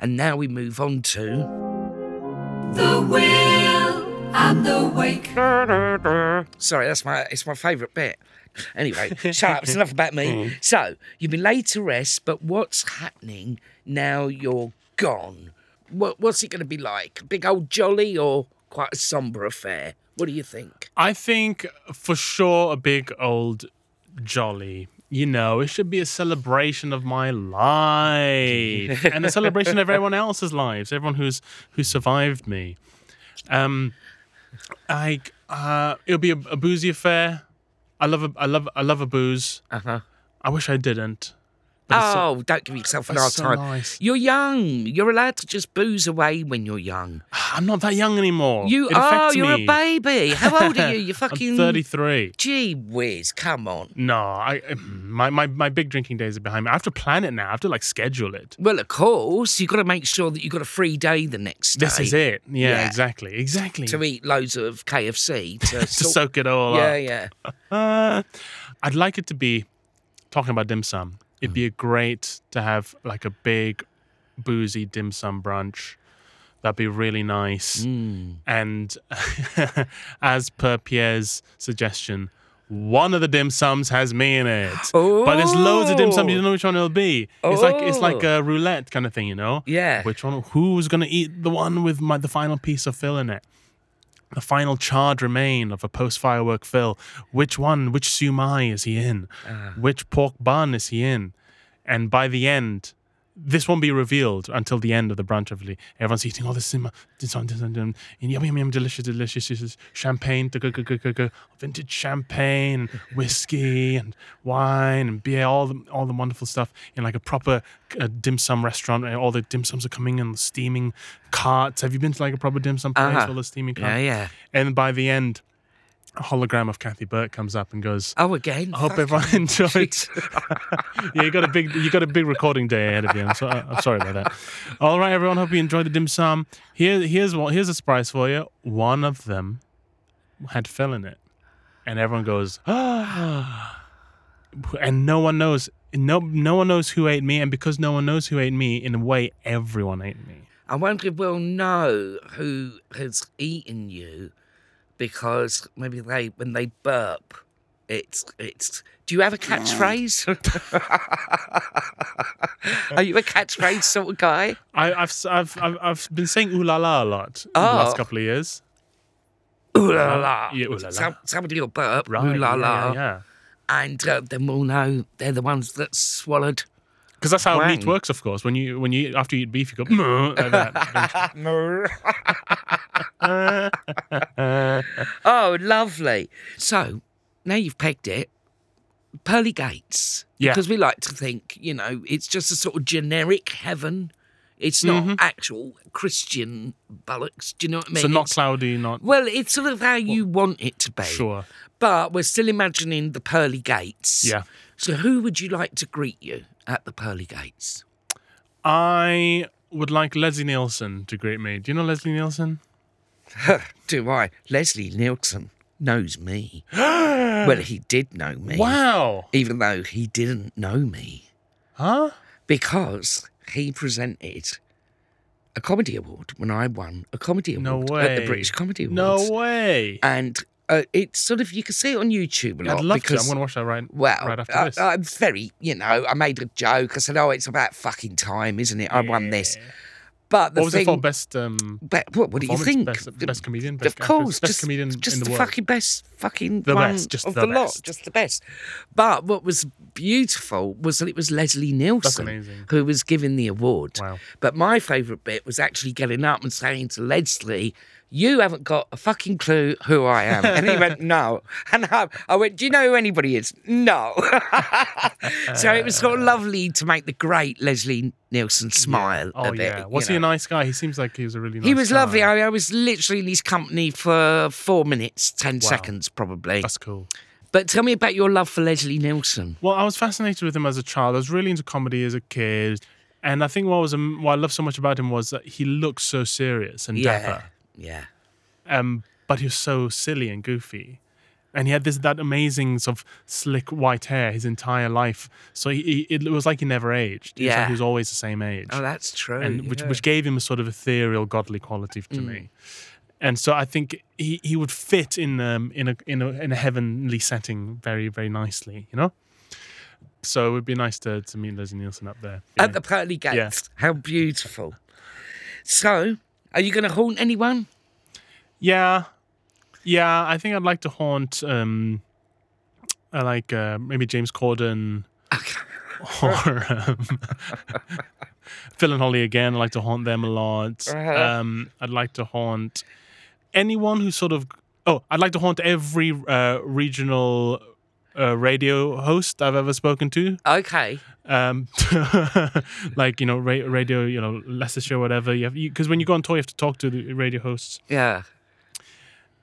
S1: And now we move on to
S3: The will and the wake.
S1: sorry, that's my it's my favourite bit. Anyway, shut up. It's enough about me.
S2: Mm.
S1: So you've been laid to rest, but what's happening now? You're gone. What, what's it going to be like? Big old jolly or quite a sombre affair? What do you think?
S2: I think for sure a big old jolly. You know, it should be a celebration of my life and a celebration of everyone else's lives, everyone who's who survived me. Um, I uh, it'll be a, a boozy affair. I love a, I love I love a booze.
S1: Uh huh.
S2: I wish I didn't.
S1: Oh, don't give yourself a
S2: That's
S1: hard
S2: so
S1: time.
S2: nice.
S1: You're young. You're allowed to just booze away when you're young.
S2: I'm not that young anymore.
S1: You
S2: it
S1: are.
S2: affects
S1: You're
S2: me.
S1: a baby. How old are you? You're fucking
S2: I'm 33.
S1: Gee whiz! Come on.
S2: No, I my, my my big drinking days are behind me. I have to plan it now. I have to like schedule it.
S1: Well, of course, you've got to make sure that you've got a free day the next day.
S2: This is it. Yeah,
S1: Yeah.
S2: exactly. Exactly.
S1: To eat loads of KFC to,
S2: to
S1: sort-
S2: soak it all
S1: Yeah,
S2: up.
S1: yeah.
S2: Uh, I'd like it to be talking about dim sum. It'd be great to have like a big boozy dim sum brunch. That'd be really nice. And as per Pierre's suggestion, one of the dim sums has me in it. But there's loads of dim sum. You don't know which one it'll be. It's like it's like a roulette kind of thing, you know?
S1: Yeah.
S2: Which one? Who's gonna eat the one with my, the final piece of fill in it? the final charred remain of a post firework fill. Which one, which sumai is he in? Which pork bun is he in? And by the end, this won't be revealed until the end of the brunch, obviously. Everyone's eating all this sima, this one, this one, this one, and yum, yum, yum, delicious, delicious, delicious champagne, da- ga- ga- ga- ga- ga, vintage champagne, whiskey, and wine, and beer, all the, all the wonderful stuff in like a proper uh, dim sum restaurant. And all the dim sums are coming in steaming carts. Have you been to like a proper dim sum place
S1: Uh-huh.
S2: with all the steaming carts?
S1: Yeah, yeah.
S2: And by the end, a hologram of Kathy Burke comes up and goes,
S1: Oh, again.
S2: "I hope
S1: Fucking-
S2: everyone enjoyed." yeah, you got a big, you got a big recording day ahead of you. I'm, so, I'm sorry about that. All right, everyone, hope you enjoyed the dim sum. Here, here's one, here's a surprise for you. One of them had fell in it, and everyone goes, "Ah." and no one knows. No, no one knows who ate me, and because no one knows who ate me, in a way, everyone ate me.
S1: I wonder if we'll know who has eaten you because maybe they, when they burp, it's it's. Do you have a catchphrase? Are you a catchphrase sort of guy?
S2: I, I've, s- I've, I've, I've been saying ooh la la a lot in the
S1: Oh.
S2: last couple of years.
S1: Ooh la la.
S2: Uh, Yeah, ooh la la.
S1: Some, somebody will burp.
S2: Right,
S1: ooh la
S2: yeah,
S1: la.
S2: yeah, yeah.
S1: And uh, then we'll know they're the ones that swallowed.
S2: Because that's how meat
S1: Twang.
S2: works, of course. When you when you after you eat beef, you go "Mm," like that.
S1: oh, lovely. So now you've pegged it. Pearly gates.
S2: Yeah.
S1: Because we like to think, you know, it's just a sort of generic heaven. It's not actual Christian bollocks. Do you know what I mean?
S2: Mm-hmm. so not
S1: It's-
S2: cloudy, not
S1: Well, it's sort of how you want it to be.
S2: sure.
S1: But we're still imagining the pearly gates.
S2: Yeah.
S1: So who would you like to greet you at the pearly gates?
S2: I would like Leslie Nielsen to greet me. Do you know Leslie Nielsen?
S1: Do I? Leslie Nielsen knows me. well, he did know me.
S2: Wow.
S1: Even though he didn't know me.
S2: Huh?
S1: Because he presented a comedy award when I won a comedy
S2: No
S1: award at
S2: way.
S1: the British Comedy Awards.
S2: No way.
S1: And uh, it's sort of, you can see it on YouTube a lot.
S2: I'd love to.
S1: because
S2: I'm going to watch that right,
S1: Well, uh,
S2: right after
S1: I,
S2: this.
S1: I'm very, you know, I made a joke. I said, "Oh, it's about fucking time, isn't it? I won this." But the
S2: what was
S1: thing,
S2: it for? Best. Um,
S1: But what, what do you
S2: performance?
S1: think?
S2: Best, best comedian.
S1: of
S2: Best actress,
S1: course,
S2: Best
S1: just,
S2: comedian
S1: just
S2: in the,
S1: the,
S2: world.
S1: fucking best, fucking
S2: The
S1: one
S2: best, just
S1: of
S2: the
S1: the, lot,
S2: best.
S1: just the best. But what was beautiful was that it was Leslie Nielsen
S2: amazing.
S1: who was giving the award.
S2: Wow.
S1: But my favourite bit was actually getting up and saying to Leslie, "You haven't got a fucking clue who I am," and he went, "No," and I, I went, "Do you know who anybody is?" No. so it was
S2: Uh.
S1: sort of lovely to make the great Leslie Nielsen smile.
S2: Oh
S1: a bit,
S2: yeah.
S1: you
S2: Was he a
S1: know.
S2: nice guy? He seems like he was a really nice.
S1: He was
S2: guy.
S1: lovely. I, I was literally in his company for four minutes, ten seconds probably.
S2: That's cool.
S1: But tell me about your love for Leslie Nielsen.
S2: Well, I was fascinated with him as a child. I was really into comedy as a kid, and I think what was um, what I loved so much about him was that he looked so serious and dapper,
S1: Yeah.
S2: um, but he was so silly and goofy. And he had this that amazing sort of slick white hair his entire life. So he, he, it was like he never aged. It was like
S1: Yeah.
S2: he was always the same age.
S1: Oh, that's true.
S2: and which
S1: yeah. Mm.
S2: which gave him a sort of ethereal, godly quality to me. And so I think he, he would fit in um in a in a in a heavenly setting very very nicely, you know. So it would be nice to, to meet Leslie Nielsen up there.
S1: at the pearly gates. How beautiful. So, are you going to haunt anyone?
S2: yeah, yeah. I think I'd like to haunt um, uh, like uh, maybe James Corden or um, Phil and Holly again. I'd like to haunt them a lot.
S1: Uh-huh.
S2: Um, I'd like to haunt anyone who sort of. Oh, I'd like to haunt every uh, regional uh, radio host I've ever spoken to.
S1: Okay.
S2: um, like you know, ra- radio, you know, Leicestershire, whatever. You have because when you go on tour, you have to talk to the radio hosts,
S1: Yeah.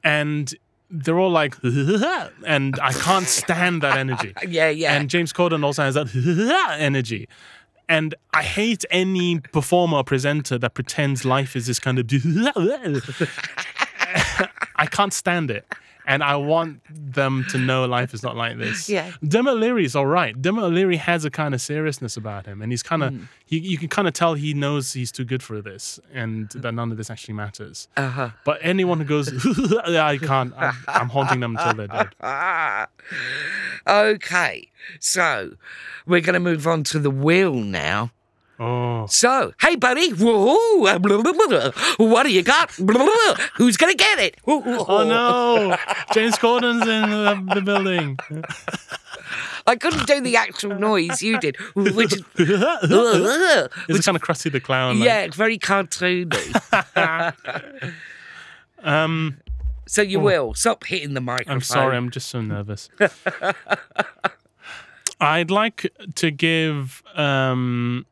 S2: and they're all like, and I can't stand that energy.
S1: Yeah, yeah.
S2: And James Corden also has that energy. And I hate any performer or presenter that pretends life is this kind of. I can't stand it. And I want them to know life is not like this.
S1: Yeah.
S2: Demo O'Leary's all right. Demo O'Leary has a kind of seriousness about him. And he's kind of,
S1: Mm.
S2: you, you can kind of tell he knows he's too good for this and that none of this actually matters.
S1: Uh-huh.
S2: But anyone who goes, I can't, I'm, I'm haunting them until they're dead.
S1: Ah. Okay. So, we're going to move on to the wheel now.
S2: Oh.
S1: So, hey, buddy, Whoa, blah, blah, blah, blah. what do you got? Blah, blah, blah. Who's going to get it?
S2: Oh no! James Corden's in the, the building.
S1: I couldn't do the actual noise you did, which is, yeah,
S2: It's kind of Krusty the Clown. like-
S1: it's very cartoony.
S2: Um,
S1: So you will stop hitting the microphone.
S2: I'm sorry. I'm just so nervous. I'd like to give. Um,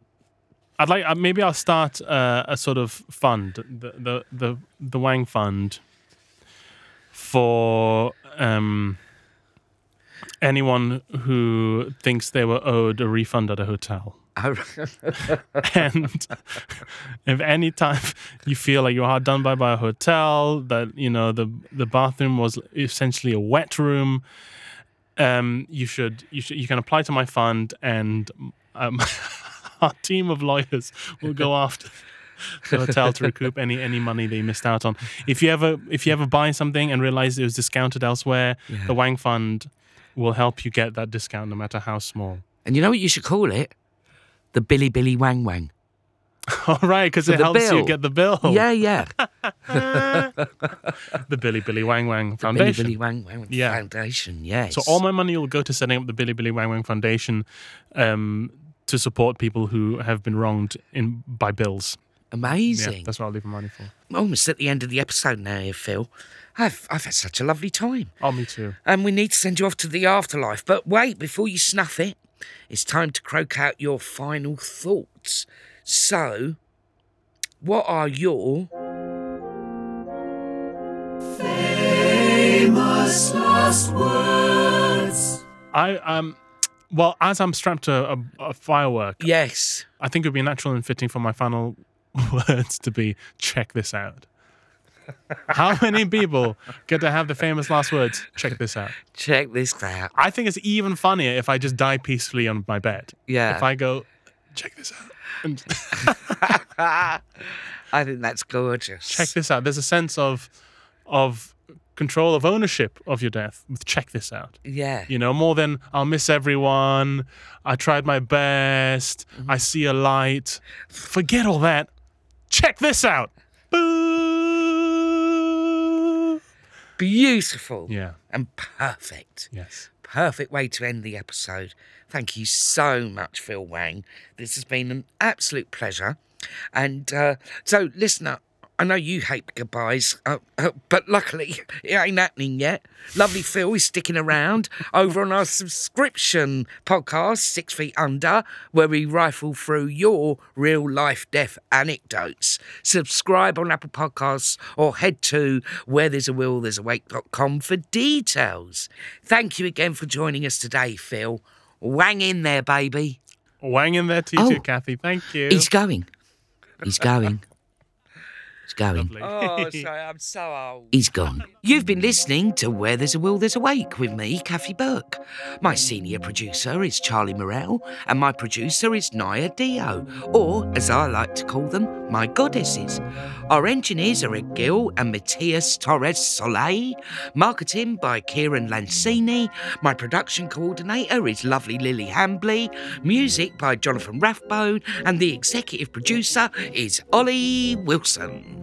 S2: I'd like uh, maybe I'll start uh, a sort of fund, the the the, the Wang Fund, for um, anyone who thinks they were owed a refund at a hotel. and if any time you feel like you're hard done by by a hotel that you know the the bathroom was essentially a wet room um you should you should you can apply to my fund and um, our team of lawyers will go after the hotel to recoup any any money they missed out on if you ever if you ever buy something and realize it was discounted elsewhere the wang fund will help you get that discount no matter how small
S1: And you know what you should call it? the Billy Billy Wang Wang.
S2: All right, because
S1: For
S2: it
S1: the
S2: helps you
S1: bill.
S2: get the bill.
S1: Yeah, yeah.
S2: the Billy Billy Wang Wang
S1: Billy
S2: Foundation.
S1: Billy Wang Wang
S2: Yeah.
S1: Foundation, yes.
S2: So all my money will go to setting up the Billy Billy Wang Wang Foundation um, to support people who have been wronged in by bills.
S1: Amazing.
S2: Yeah, that's what I'll leave my money for.
S1: almost at the end of the episode now here, Phil. I've I've had such a lovely time.
S2: Oh, me too.
S1: And we need to send you off to the afterlife. But wait, before you snuff it, it's time to croak out your final thoughts. So, what are your
S3: Famous last words.
S2: I um, well, as I'm strapped to a, a firework,
S1: yes?
S2: I think it would be natural and fitting for my final words to be check this out. How many people get to have the famous last words? Check this out.
S1: Check this out.
S2: I think it's even funnier if I just die peacefully on my bed.
S1: Yeah.
S2: If I go, check this out. And
S1: I think that's gorgeous.
S2: check this out. There's a sense of of control of ownership of your death. with Check this out.
S1: Yeah.
S2: You know, more than I'll miss everyone. I tried my best. I see a light. Forget all that. Check this out. Boo.
S1: Beautiful.
S2: Yeah.
S1: And perfect.
S2: Yes.
S1: Perfect way to end the episode. Thank you so much, Phil Wang. This has been an absolute pleasure. And uh, so, listener, I know you hate goodbyes, uh, uh, but luckily it ain't happening yet. Lovely Phil is sticking around over on our subscription podcast, Six Feet Under, where we rifle through your real life death anecdotes. Subscribe on Apple Podcasts or head to where there's a will, there's a wake.com for details. Thank you again for joining us today, Phil. Wang in there, baby.
S2: Wang in there to you,
S1: Oh.
S2: too, Kathy. Thank you.
S1: He's going. He's going. He's going.
S2: Oh,
S1: sorry, I'm so old. He's gone. You've been listening to Where There's a Will, There's a Wake with me, Kathy Burke. My senior producer is Charlie Morell, and my producer is Naya Dio, or as I like to call them, my goddesses. Our engineers are Ed Gill and Matthias Torres Soleil, marketing by Kieran Lancini. My production coordinator is lovely Lily Hambley, music by Jonathan Rathbone, and the executive producer is Ollie Wilson.